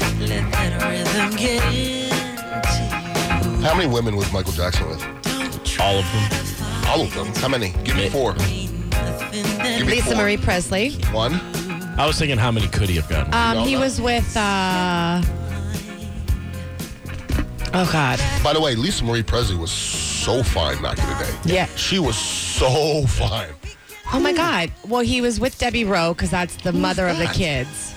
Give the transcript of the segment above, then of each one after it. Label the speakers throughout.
Speaker 1: Can rhythm get into you?
Speaker 2: How many women was Michael Jackson with?
Speaker 1: Don't
Speaker 3: All of them.
Speaker 1: try
Speaker 2: All of them. How many? Give me four.
Speaker 1: nothing that
Speaker 2: Give me
Speaker 4: Lisa
Speaker 2: four.
Speaker 4: Marie Presley.
Speaker 2: One.
Speaker 3: I was thinking how many could he have gotten?
Speaker 4: Um, he
Speaker 2: No, no.
Speaker 4: was with. Uh, oh God.
Speaker 2: By the way, Lisa Marie Presley was so fine back in the day.
Speaker 4: Yeah.
Speaker 2: She was so fine.
Speaker 4: Oh my God. Well, he was with Debbie Rowe because that's the mother of the
Speaker 2: that?
Speaker 4: kids.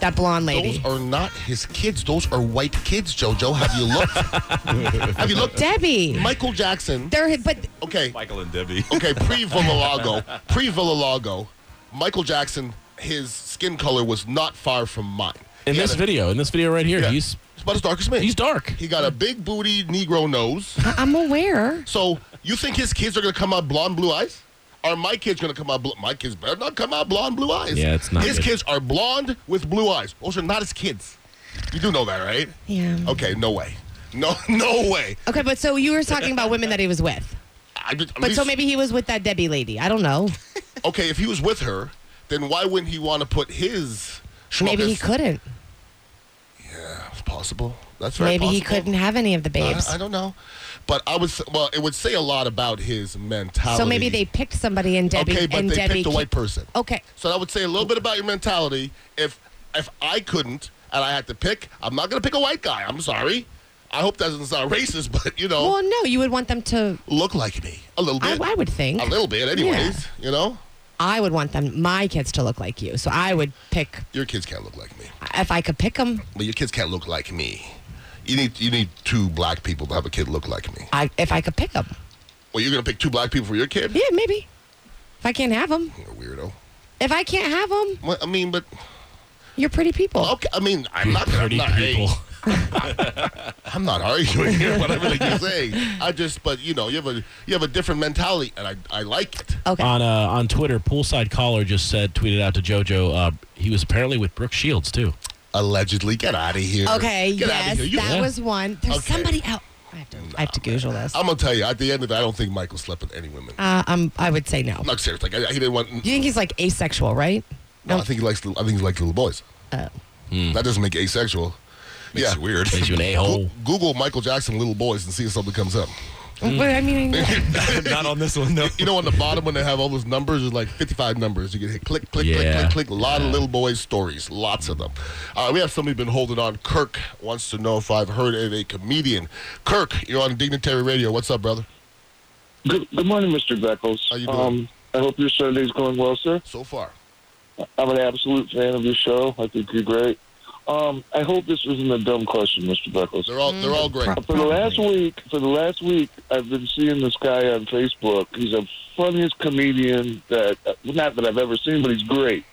Speaker 4: That blonde lady.
Speaker 2: Those are not his kids. Those are white kids, JoJo. Have you looked? Have you looked?
Speaker 4: Debbie.
Speaker 2: Michael Jackson.
Speaker 4: They're but
Speaker 2: Okay.
Speaker 3: Michael and Debbie.
Speaker 2: Okay. Pre Villalago. Pre Villalago. Michael Jackson, his skin color was not far from mine.
Speaker 3: In
Speaker 2: He had
Speaker 3: this
Speaker 2: a-
Speaker 3: video, in this video right here,
Speaker 2: yeah,
Speaker 3: he's
Speaker 2: he's about as dark as me.
Speaker 3: he's dark.
Speaker 2: He got a big booty Negro nose.
Speaker 4: I- I'm aware.
Speaker 2: So you think his kids are going to come out blonde, blue eyes? Are my kids going to come out? Bl- my kids better not come out blonde, blue eyes.
Speaker 3: Yeah, it's not
Speaker 2: His
Speaker 3: good.
Speaker 2: kids are blonde with blue eyes. Those are not his kids. You do know that, right?
Speaker 4: Yeah.
Speaker 2: Okay, no way. No, no way.
Speaker 4: Okay, but so you were talking about women that he was with.
Speaker 2: I just, at
Speaker 4: But so
Speaker 2: least-
Speaker 4: maybe he was with that Debbie lady. I don't know.
Speaker 2: Okay, if he was with her, then why wouldn't he want to put his?
Speaker 4: Maybe he
Speaker 2: schmuckers-
Speaker 4: couldn't.
Speaker 2: It's possible. That's very
Speaker 4: Maybe he
Speaker 2: possible.
Speaker 4: couldn't have any of the
Speaker 2: I,
Speaker 4: babes.
Speaker 2: I don't know, but I would. s- Well, it would say a lot about his mentality.
Speaker 4: So maybe they picked somebody and Debbie
Speaker 2: okay, but
Speaker 4: and
Speaker 2: they
Speaker 4: Debbie.
Speaker 2: picked a
Speaker 4: keep-
Speaker 2: white person.
Speaker 4: Okay.
Speaker 2: So that would say a little bit about your mentality. If if I couldn't and I had to pick, I'm not gonna pick a white guy. I'm sorry. I hope that doesn't sound racist, but you know,
Speaker 4: Well, no, you would want them to.
Speaker 2: look like me a little
Speaker 4: I,
Speaker 2: bit.
Speaker 4: I would think.
Speaker 2: a little bit, anyways. You know,
Speaker 4: I would want them, my kids, to look like you. So I would pick
Speaker 2: your kids can't look like me,
Speaker 4: if I could pick them.
Speaker 2: but your kids can't look like me. You need you need two black people to have a kid look like me.
Speaker 4: I if I could pick them.
Speaker 2: Well, you're gonna pick two black people for your kid?
Speaker 4: Yeah, maybe. If I can't have them,
Speaker 2: You're a weirdo.
Speaker 4: if I can't have them,
Speaker 2: Well, I mean, but
Speaker 4: you're pretty people.
Speaker 2: okay. I mean, I'm not gonna. I'm
Speaker 3: Pretty
Speaker 2: not, hey,
Speaker 3: people.
Speaker 2: I'm not arguing here, what I really can say. I just, but you know, you have a you have a different mentality, and I, I like it.
Speaker 4: Okay.
Speaker 3: On uh, on Twitter, poolside caller just said tweeted out to JoJo. Uh, he was apparently with Brooke Shields too.
Speaker 2: Allegedly, get out of here.
Speaker 4: okay.
Speaker 2: Get outta
Speaker 4: Yes,
Speaker 2: here. You-
Speaker 4: that
Speaker 3: Yeah.
Speaker 4: was one. There's
Speaker 2: Okay. Oh.
Speaker 4: somebody out. I have to. I have to Google this.
Speaker 2: I'm gonna tell you, at the end of it, I don't think Michael slept with any women.
Speaker 4: Uh, um, I would say no.
Speaker 2: No, serious. Like I, he didn't want.
Speaker 4: You think he's like asexual, right?
Speaker 2: No, I think he likes. little- I think he likes little boys.
Speaker 4: Oh.
Speaker 2: That doesn't make asexual. yeah, weird.
Speaker 3: Makes Oh. you an a hole.
Speaker 2: Google Michael Jackson little boys and see if something comes up.
Speaker 4: But I mean,
Speaker 3: not on this one though.
Speaker 2: You know, on the bottom when they have all those numbers, there's like 55 numbers. You can hit click, click,
Speaker 3: Yeah.
Speaker 2: click, click, click. A lot of little boys' stories, lots of them. Uh, we have somebody been holding on. Kirk wants to know if I've heard of a comedian. Kirk, you're on Dignitary Radio. What's up, brother?
Speaker 5: Good, good morning, Mr. Beckles.
Speaker 2: How you doing?
Speaker 5: Um, I hope your Sunday's going well, sir.
Speaker 2: So far,
Speaker 5: I'm an absolute fan of your show. I think you're great. Um, I hope this isn't a dumb question, Mr. Beckles.
Speaker 2: they're all they're all great.
Speaker 5: For the last week, for the last week, I've been seeing this guy on Facebook. He's the funniest comedian that, uh, not that I've ever seen, but he's great.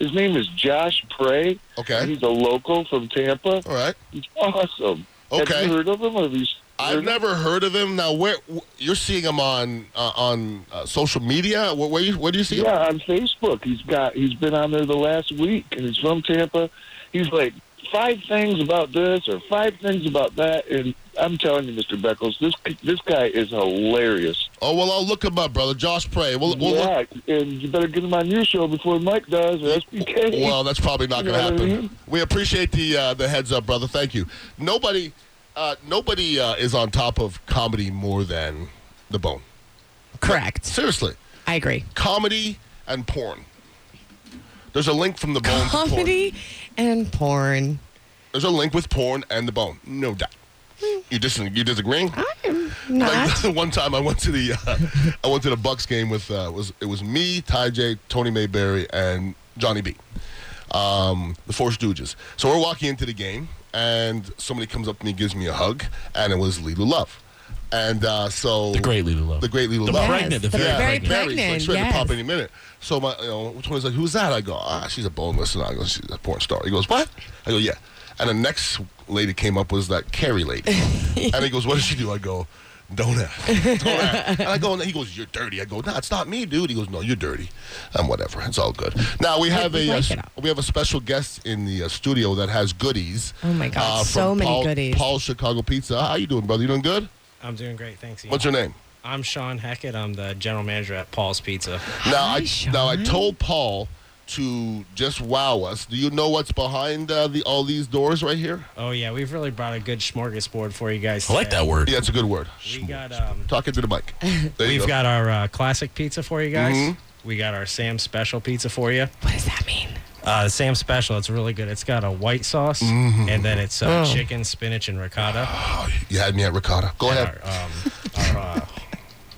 Speaker 5: His name is Josh Prey.
Speaker 2: Okay,
Speaker 5: He's a local from Tampa.
Speaker 2: all right.
Speaker 5: He's awesome. Have
Speaker 2: Okay.
Speaker 5: you heard of him? Or have you
Speaker 2: I've never heard of him. Now, where wh- you're seeing him on uh, on uh, social media? Where, where you where do you see him?
Speaker 5: Yeah, on Facebook. He's got he's been on there the last week and he's from Tampa. He's like five things about this or five things about that and I'm telling you Mr. Beckles, this this guy is hilarious.
Speaker 2: Oh well, I'll look him up, brother. Josh Prey. We'll, we'll,
Speaker 5: yeah, and you better get him on your show before Mike does or SBK.
Speaker 2: Well, that's probably not
Speaker 5: You
Speaker 2: going to
Speaker 5: know what I
Speaker 2: happen.
Speaker 5: mean?
Speaker 2: We appreciate the uh, the heads up, brother. Thank you. Nobody, uh, nobody uh, is on top of comedy more than the Bone.
Speaker 4: correct.
Speaker 2: Seriously,
Speaker 4: I agree.
Speaker 2: comedy and porn. There's a link from the Bone. to porn.
Speaker 4: Comedy and porn.
Speaker 2: There's a link with porn and the Bone. No doubt. You dis- you disagreeing?
Speaker 4: I'm
Speaker 2: Like
Speaker 4: not.
Speaker 2: the one time I went to the uh, I went to the Bucks game with uh, was it was me, Ty J, Tony Mayberry, and Johnny B. Um, the Four Stooges. So we're walking into the game, and somebody comes up to me, gives me a hug, and it was Lila Love, and uh, so
Speaker 3: The great Lulu Love.
Speaker 2: the great Lila
Speaker 3: The
Speaker 2: Love.
Speaker 3: pregnant, the
Speaker 4: the
Speaker 3: very
Speaker 4: very
Speaker 3: pregnant.
Speaker 2: Barry's like,
Speaker 4: pregnant.
Speaker 2: she had to pop
Speaker 4: yes.
Speaker 2: any minute. So my, you know, which one is like, who's that? I go, ah, she's a bone listener. I go, she's a porn star. He goes, what? I go, yeah. And the next lady came up was that Carrie lady, and he goes, what does she do? I go, don't ask. Don't ask. And I go, and he goes, you're dirty. I go, nah, it's not me, dude. He goes, no, you're dirty. And whatever, it's all good. Now we have
Speaker 4: we
Speaker 2: a uh,
Speaker 4: like
Speaker 2: s-
Speaker 4: it up.
Speaker 2: we have a special guest in the uh, studio that has goodies. uh,
Speaker 4: Oh my God,
Speaker 2: from
Speaker 4: so many
Speaker 2: Paul-
Speaker 4: goodies.
Speaker 2: Paul's Chicago Pizza. How you doing, brother? You doing good?
Speaker 6: I'm doing great, thanks. Ian.
Speaker 2: What's your name?
Speaker 6: I'm Sean Hackett. I'm the general manager at Paul's Pizza.
Speaker 2: Now I
Speaker 4: Hi,
Speaker 2: now I
Speaker 4: Sean.
Speaker 2: told Paul to just wow us. Do you know what's behind uh, the all these doors right here?
Speaker 6: Oh yeah, we've really brought a good smorgasbord for you guys.
Speaker 3: I like
Speaker 6: today.
Speaker 3: that word.
Speaker 2: Yeah, it's a good word.
Speaker 6: We got um,
Speaker 2: Talking to the mic. There you
Speaker 6: we've
Speaker 2: go.
Speaker 6: got our uh, classic pizza for you guys.
Speaker 2: Mhm.
Speaker 6: We got our Sam special pizza for you.
Speaker 4: What does that mean?
Speaker 6: Uh, the Sam special, it's really good. It's got a white sauce,
Speaker 2: Mm-hmm.
Speaker 6: and then it's uh,
Speaker 2: Oh.
Speaker 6: chicken, spinach, and ricotta.
Speaker 2: You had me at ricotta. Go ahead.
Speaker 6: our, um, our uh,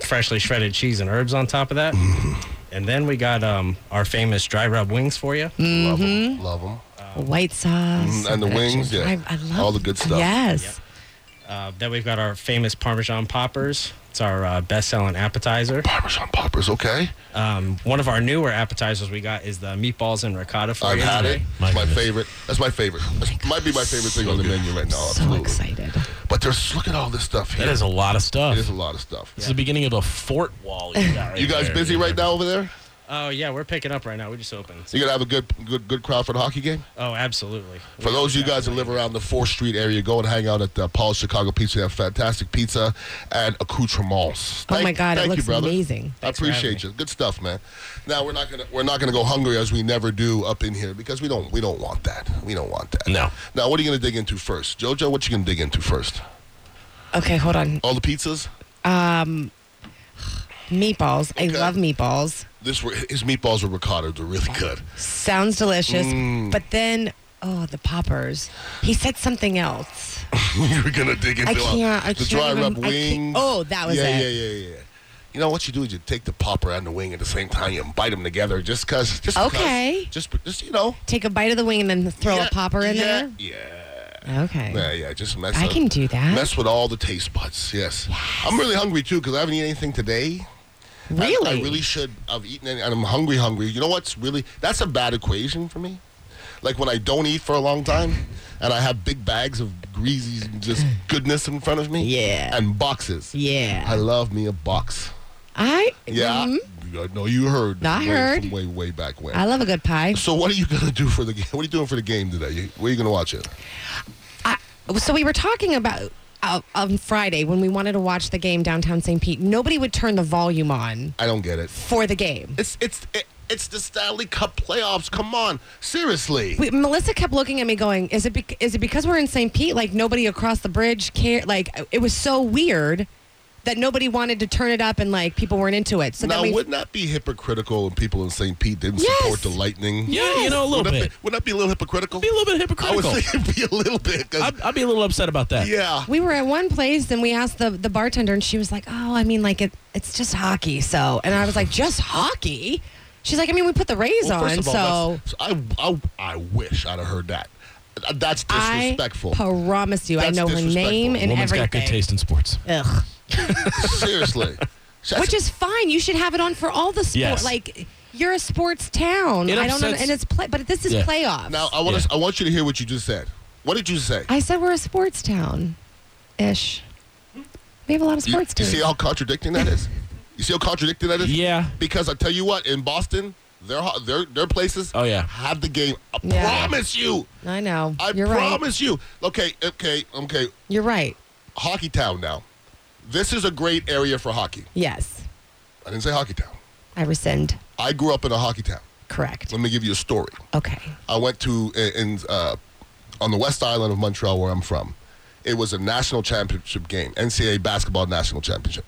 Speaker 6: freshly shredded cheese and herbs on top of that.
Speaker 2: Mm-hmm.
Speaker 6: And then we got um, our famous dry rub wings for you.
Speaker 2: Love 'em. Love them.
Speaker 4: White sauce.
Speaker 2: Mm, and the wings, yeah.
Speaker 4: I, I love
Speaker 2: All the good stuff.
Speaker 4: Yes.
Speaker 6: Uh, then we've got our famous Parmesan poppers. It's our uh, best-selling appetizer.
Speaker 2: Parmesan poppers, okay.
Speaker 6: Um, one of our newer appetizers we got is the meatballs and ricotta for
Speaker 2: I've
Speaker 6: you.
Speaker 2: had it.
Speaker 3: My
Speaker 2: It's my
Speaker 3: goodness.
Speaker 2: favorite. That's my favorite. That might be my favorite thing on the menu right now.
Speaker 4: so
Speaker 2: Absolutely.
Speaker 4: excited.
Speaker 2: But there's look at all this stuff here.
Speaker 3: That is a lot of stuff.
Speaker 2: It is a lot of stuff.
Speaker 3: It's the beginning of a fort wall. You, got right
Speaker 2: You guys
Speaker 3: there.
Speaker 2: busy right now over there?
Speaker 6: Oh yeah, we're picking up right now. We just opened.
Speaker 2: You gonna have a good, good, good crowd for the hockey game.
Speaker 6: Oh, absolutely.
Speaker 2: For those of you guys that live around the Fourth Street area, go and hang out at uh, Paul's Chicago Pizza. They have fantastic pizza and accoutrements.
Speaker 4: Oh
Speaker 2: Thank-
Speaker 4: my God,
Speaker 2: thank
Speaker 4: it
Speaker 2: you,
Speaker 4: looks
Speaker 2: brother.
Speaker 4: amazing.
Speaker 2: I
Speaker 6: Thanks for
Speaker 2: appreciate
Speaker 6: having
Speaker 2: you. Good stuff, man. Now we're not gonna we're not gonna go hungry as we never do up in here because we don't we don't want that. We don't want that.
Speaker 3: No.
Speaker 2: Now what are you gonna dig into first, JoJo? What you gonna dig into first?
Speaker 4: Okay, hold on.
Speaker 2: All the pizzas.
Speaker 4: Meatballs. I love meatballs.
Speaker 2: This were- his meatballs with ricotta. They're really good.
Speaker 4: Sounds delicious.
Speaker 2: Mm.
Speaker 4: But then, oh, the poppers. He said something else.
Speaker 2: you were gonna dig into
Speaker 4: I
Speaker 2: all-
Speaker 4: can't- I
Speaker 2: the
Speaker 4: can't
Speaker 2: dry
Speaker 4: even-
Speaker 2: rub
Speaker 4: I can't-
Speaker 2: wings.
Speaker 4: oh, that was
Speaker 2: yeah,
Speaker 4: it.
Speaker 2: Yeah, yeah, yeah. You know what you do is you take the popper and the wing at the same time. You bite them together just cause. Just 'cause.
Speaker 4: Okay.
Speaker 2: Just, just you know.
Speaker 4: Take a bite of the wing and then throw
Speaker 2: Yeah,
Speaker 4: a popper in
Speaker 2: yeah, Yeah.
Speaker 4: there. Okay.
Speaker 2: Yeah, yeah. Just mess.
Speaker 4: I
Speaker 2: up-
Speaker 4: can do that.
Speaker 2: Mess with all the taste buds. Yes. I'm really hungry too because I haven't eaten anything today. I-
Speaker 4: really?
Speaker 2: I, really should have eaten any, and I'm hungry, hungry. You know what's really that's a bad equation for me. Like when I don't eat for a long time, and I have big bags of greasy just goodness in front of me.
Speaker 4: Yeah.
Speaker 2: And boxes.
Speaker 4: Yeah.
Speaker 2: I love me a box.
Speaker 4: I
Speaker 2: Yeah.
Speaker 4: mhm.
Speaker 2: I know you heard.
Speaker 4: I
Speaker 2: way,
Speaker 4: heard.
Speaker 2: From way way back when.
Speaker 4: I love a good pie.
Speaker 2: so what are you gonna do for the game? What are you doing for the game today? You, where are you gonna watch it?
Speaker 4: I, so we were talking about uh, on Friday when we wanted to watch the game downtown St. Pete. Nobody would turn the volume on
Speaker 2: I don't get it.
Speaker 4: for the game.
Speaker 2: It's it's it, it's the Stanley Cup playoffs. Come on, seriously.
Speaker 4: We, Melissa kept looking at me, going, "Is it bec- is it because we're in St. Pete? Like nobody across the bridge care? Like it was so weird that nobody wanted to turn it up and like people weren't into it. So
Speaker 2: now,
Speaker 4: then we,
Speaker 2: wouldn't that be hypocritical if people in St. Pete didn't
Speaker 4: Yes.
Speaker 2: support the Lightning?
Speaker 3: Yeah, you know, a little
Speaker 2: Wouldn't that
Speaker 3: bit.
Speaker 2: be- wouldn't that be a little hypocritical?
Speaker 3: Be a little bit
Speaker 2: I would
Speaker 3: hypocritical.
Speaker 2: say it'd be a little bit. 'cause-
Speaker 3: I'd, I'd be a little upset about that.
Speaker 2: yeah.
Speaker 4: we were at one place and we asked the the bartender and she was like, "Oh, I mean, like it it's just hockey." So and I was like, "Just hockey." She's like, I mean, we put the Rays
Speaker 2: Well,
Speaker 4: on,
Speaker 2: first of all,
Speaker 4: so
Speaker 2: that's- I, I I wish I'd have heard that. Uh, That's disrespectful.
Speaker 4: I promise you,
Speaker 2: That's
Speaker 4: I know her
Speaker 2: disrespectful.
Speaker 4: name and
Speaker 3: Woman's
Speaker 4: everything.
Speaker 3: got good taste in sports.
Speaker 4: Ugh.
Speaker 2: Seriously. That's-
Speaker 4: Which is fine. You should have it on for all the sport.
Speaker 3: Yes.
Speaker 4: Like you're a sports town.
Speaker 3: It
Speaker 4: I don't know,
Speaker 3: upsets-
Speaker 4: and it's play, but this is
Speaker 3: Yeah.
Speaker 4: playoffs.
Speaker 2: now I want
Speaker 3: Yeah.
Speaker 2: I want you to hear what you just said. What did you say?
Speaker 4: I said we're a sports town, ish. We have a lot of
Speaker 2: you,
Speaker 4: sports
Speaker 2: you
Speaker 4: teams.
Speaker 2: see how contradicting that is? You see how contradicting that is?
Speaker 3: Yeah.
Speaker 2: Because I tell you what, in Boston, their ho- their their places
Speaker 3: Oh, yeah.
Speaker 2: have the game. I
Speaker 4: Yeah.
Speaker 2: promise you.
Speaker 4: I know.
Speaker 2: I
Speaker 4: you're right.
Speaker 2: promise you. Okay, okay, okay.
Speaker 4: You're right.
Speaker 2: Hockey Town now. This is a great area for hockey.
Speaker 4: Yes,
Speaker 2: I didn't say Hockey Town.
Speaker 4: I rescind.
Speaker 2: I grew up in a hockey town.
Speaker 4: Correct.
Speaker 2: Let me give you a story.
Speaker 4: Okay.
Speaker 2: I went to i- in uh, on the West Island of Montreal, where I'm from. It was a national championship game, NCAA basketball national championship,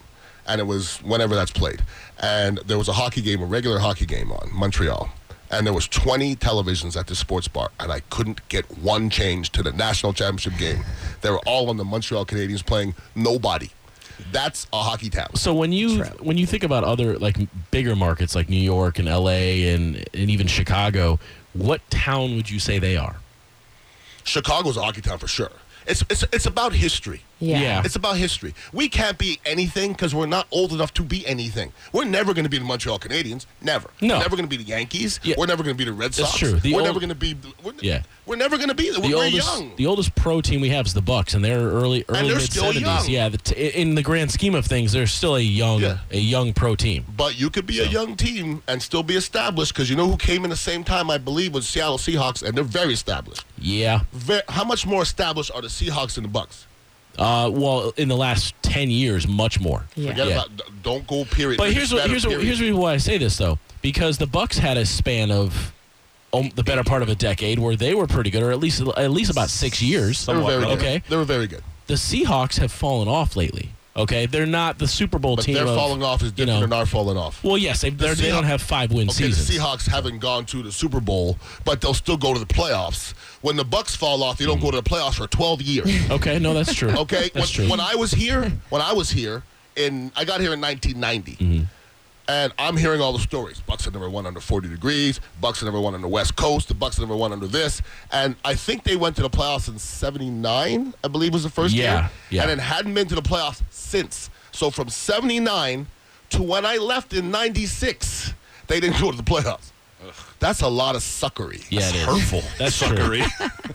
Speaker 2: and it was whenever that's played. And there was a hockey game, a regular hockey game on Montreal, and there was 20 televisions at the sports bar, and I couldn't get one change to the national championship game. They were all on the Montreal Canadiens playing nobody. That's a hockey town.
Speaker 3: So when you when you think about other like bigger markets like New York and L.A. and and even Chicago, what town would you say they are?
Speaker 2: Chicago's a hockey town for sure. It's it's it's about history.
Speaker 4: Yeah.
Speaker 3: Yeah.
Speaker 2: It's about history. We can't be anything because we're not old enough to be anything. We're never going to be the Montreal Canadiens. Never.
Speaker 3: No.
Speaker 2: We're never going to be the Yankees.
Speaker 3: Yeah.
Speaker 2: We're never going to be the Red
Speaker 3: That's
Speaker 2: Sox.
Speaker 3: true. The
Speaker 2: we're
Speaker 3: old-
Speaker 2: never going to be. We're,
Speaker 3: Yeah.
Speaker 2: We're never going to be.
Speaker 3: The
Speaker 2: we're
Speaker 3: oldest
Speaker 2: young.
Speaker 3: the oldest pro team we have is the Bucks, and they're early early
Speaker 2: they're
Speaker 3: mid
Speaker 2: still young.
Speaker 3: seventies. Yeah, the t- in the grand scheme of things, they're still a young
Speaker 2: Yeah.
Speaker 3: a young pro team.
Speaker 2: but you could be a young team and still be established because you know who came in the same time I believe was Seattle Seahawks and they're very established.
Speaker 3: Yeah.
Speaker 2: Ve how much more established are the Seahawks than the Bucks?
Speaker 3: Uh, well, in the last ten years, much more.
Speaker 4: Yeah.
Speaker 2: Forget
Speaker 3: Yeah.
Speaker 2: about don't go period.
Speaker 3: But
Speaker 2: It's
Speaker 3: here's what
Speaker 2: better,
Speaker 3: here's what,
Speaker 2: period.
Speaker 3: here's the reason why I say this though, because the Bucks had a span of um, the better part of a decade where they were pretty good, or at least at least about six years.
Speaker 2: They were
Speaker 3: somewhat,
Speaker 2: very
Speaker 3: okay,
Speaker 2: good. They were very good.
Speaker 3: the Seahawks have fallen off lately. Okay, they're not the Super Bowl
Speaker 2: But
Speaker 3: team.
Speaker 2: their
Speaker 3: of,
Speaker 2: falling off is
Speaker 3: you
Speaker 2: different
Speaker 3: know-
Speaker 2: than our falling off.
Speaker 3: Well, yes, they they're- they
Speaker 2: Seahawks-
Speaker 3: don't have five win
Speaker 2: Okay,
Speaker 3: seasons.
Speaker 2: the Seahawks haven't gone to the Super Bowl, but they'll still go to the playoffs. When the Bucks fall off, they don't go to the playoffs for 12 years.
Speaker 3: Okay, no, that's true.
Speaker 2: Okay, when,
Speaker 3: that's true.
Speaker 2: when I was here, when I was here, in I got here in 1990,
Speaker 3: Mm-hmm.
Speaker 2: and I'm hearing all the stories. Bucks are number one under 40 degrees. Bucks are number one on the West Coast. The Bucks are number one under this. And I think they went to the playoffs in '79, I believe was the first
Speaker 3: Yeah,
Speaker 2: year,
Speaker 3: yeah.
Speaker 2: and then hadn't been to the playoffs since. So from '79 to when I left in '96, they didn't go to the playoffs. That's a lot of suckery.
Speaker 3: yeah, it is.
Speaker 7: Hurtful.
Speaker 3: That's true.
Speaker 7: Suckery.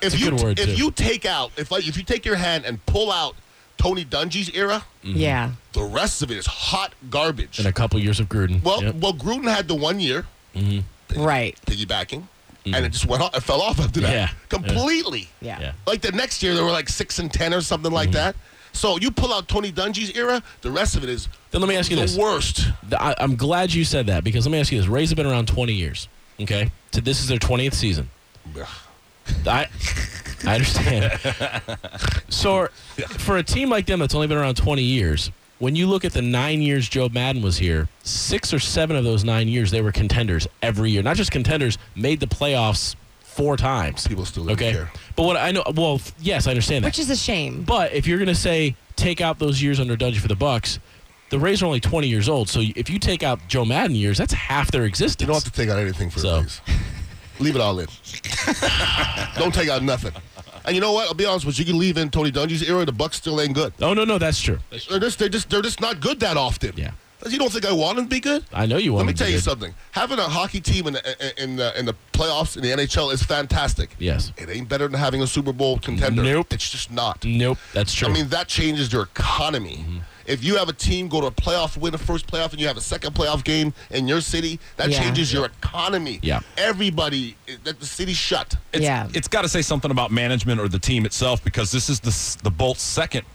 Speaker 2: If
Speaker 3: a
Speaker 2: you
Speaker 3: good word,
Speaker 2: if
Speaker 3: too.
Speaker 2: you take out if like, if you take your hand and pull out Tony Dungy's era,
Speaker 4: Yeah.
Speaker 2: the rest of it is hot garbage.
Speaker 3: In a couple years of Gruden.
Speaker 2: well,
Speaker 3: Yep.
Speaker 2: well, Gruden had the one year
Speaker 4: Right.
Speaker 2: piggybacking, and it just went off. It fell off after that
Speaker 3: Mm. Yeah.
Speaker 2: completely.
Speaker 4: Yeah.
Speaker 3: Yeah. Mm-hmm.
Speaker 2: Like the next year, they were like six and ten or something like that. So you pull out Tony Dungy's era, the rest of it is
Speaker 3: Then let me ask you
Speaker 2: the
Speaker 3: this.
Speaker 2: worst.
Speaker 3: The- I, I'm glad you said that because let me ask you this: Rays have been around 20 years. Okay, so this is their 20th season. I, I understand. so, are- for a team like them that's only been around 20 years, when you look at the nine years Joe Madden was here, six or seven of those nine years they were contenders every year. Not just contenders, made the playoffs four times.
Speaker 2: People still didn't
Speaker 3: okay.
Speaker 2: care.
Speaker 3: But what I know, well, f- yes, I understand that.
Speaker 4: Which is a shame.
Speaker 3: But if you're going to say take out those years under Dungy for the Bucks, the Rays are only 20 years old. So if you take out Joe Madden years, that's half their existence.
Speaker 2: You don't have to take out anything for
Speaker 3: So.
Speaker 2: these. Leave it all in. don't take out nothing. And you know what? I'll be honest with you. You can leave in Tony Dungy's era. The Bucks still ain't good.
Speaker 3: oh no, no, that's true.
Speaker 2: They're just, they're just, they're just not good that often.
Speaker 3: Yeah.
Speaker 2: You don't think I want them to be good?
Speaker 3: I know you
Speaker 2: Let
Speaker 3: want.
Speaker 2: me
Speaker 3: them
Speaker 2: tell
Speaker 3: to
Speaker 2: you
Speaker 3: be good.
Speaker 2: something. Having a hockey team in the, in the in the playoffs in the NHL is fantastic.
Speaker 3: Yes.
Speaker 2: It ain't better than having a Super Bowl contender.
Speaker 3: Nope.
Speaker 2: It's just not.
Speaker 3: Nope, that's true. Mm-hmm.
Speaker 2: I mean, that changes your economy. If you have a team go to a playoff, win the first playoff, and you have a second playoff game in your city, that
Speaker 4: Yeah.
Speaker 2: changes your economy.
Speaker 3: Yeah.
Speaker 2: Everybody, eh, that the city's shut.
Speaker 7: It's,
Speaker 4: Yeah.
Speaker 7: it's got to say something about management or the team itself because this is the s- the Bolts' second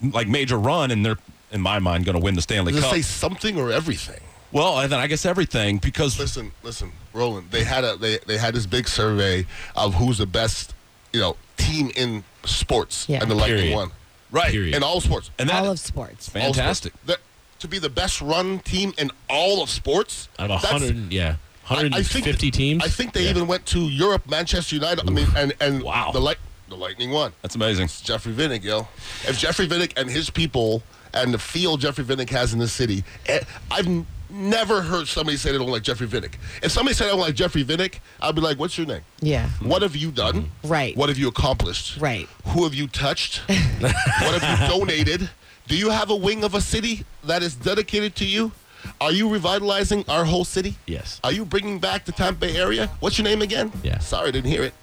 Speaker 7: like major run, and they're in my mind going to win the Stanley
Speaker 2: Does it
Speaker 7: Cup.
Speaker 2: say something or everything?
Speaker 7: well, and then I guess everything because
Speaker 2: listen, listen, Roland. They had a they, they had this big survey of who's the best, you know, team in sports,
Speaker 4: Yeah.
Speaker 2: and the Lightning
Speaker 3: Period.
Speaker 2: won
Speaker 7: right
Speaker 3: Period.
Speaker 2: in all sports.
Speaker 7: and that
Speaker 4: All of sports.
Speaker 2: All sports.
Speaker 7: fantastic.
Speaker 2: The- to be the best run team in all of sports.
Speaker 3: out of
Speaker 2: that's-
Speaker 3: 100, yeah,
Speaker 2: I- I think-
Speaker 3: 150 teams.
Speaker 2: I think they
Speaker 3: Yeah.
Speaker 2: even went to Europe, Manchester United. I mean, and and
Speaker 7: Wow.
Speaker 2: the light the Lightning won.
Speaker 7: That's amazing.
Speaker 2: It's Jeffrey Vinnick, yo. If Jeffrey Vinnick and his people and the feel Jeffrey Vinnick has in this city, eh, I've n- never heard somebody say they don't like Jeffrey Vinnick. If somebody said I don't like Jeffrey Vinnick, I'd be like, what's your name?
Speaker 4: Yeah.
Speaker 2: What have you done?
Speaker 3: Mm-hmm.
Speaker 4: Right.
Speaker 2: What have you accomplished?
Speaker 4: Right.
Speaker 2: Who have you touched? what have you donated? Do you have a wing of a city that is dedicated to you? Are you revitalizing our whole city?
Speaker 3: Yes.
Speaker 2: Are you bringing back the Tampa Bay area? What's your name again?
Speaker 3: Yeah.
Speaker 2: Sorry, didn't hear it.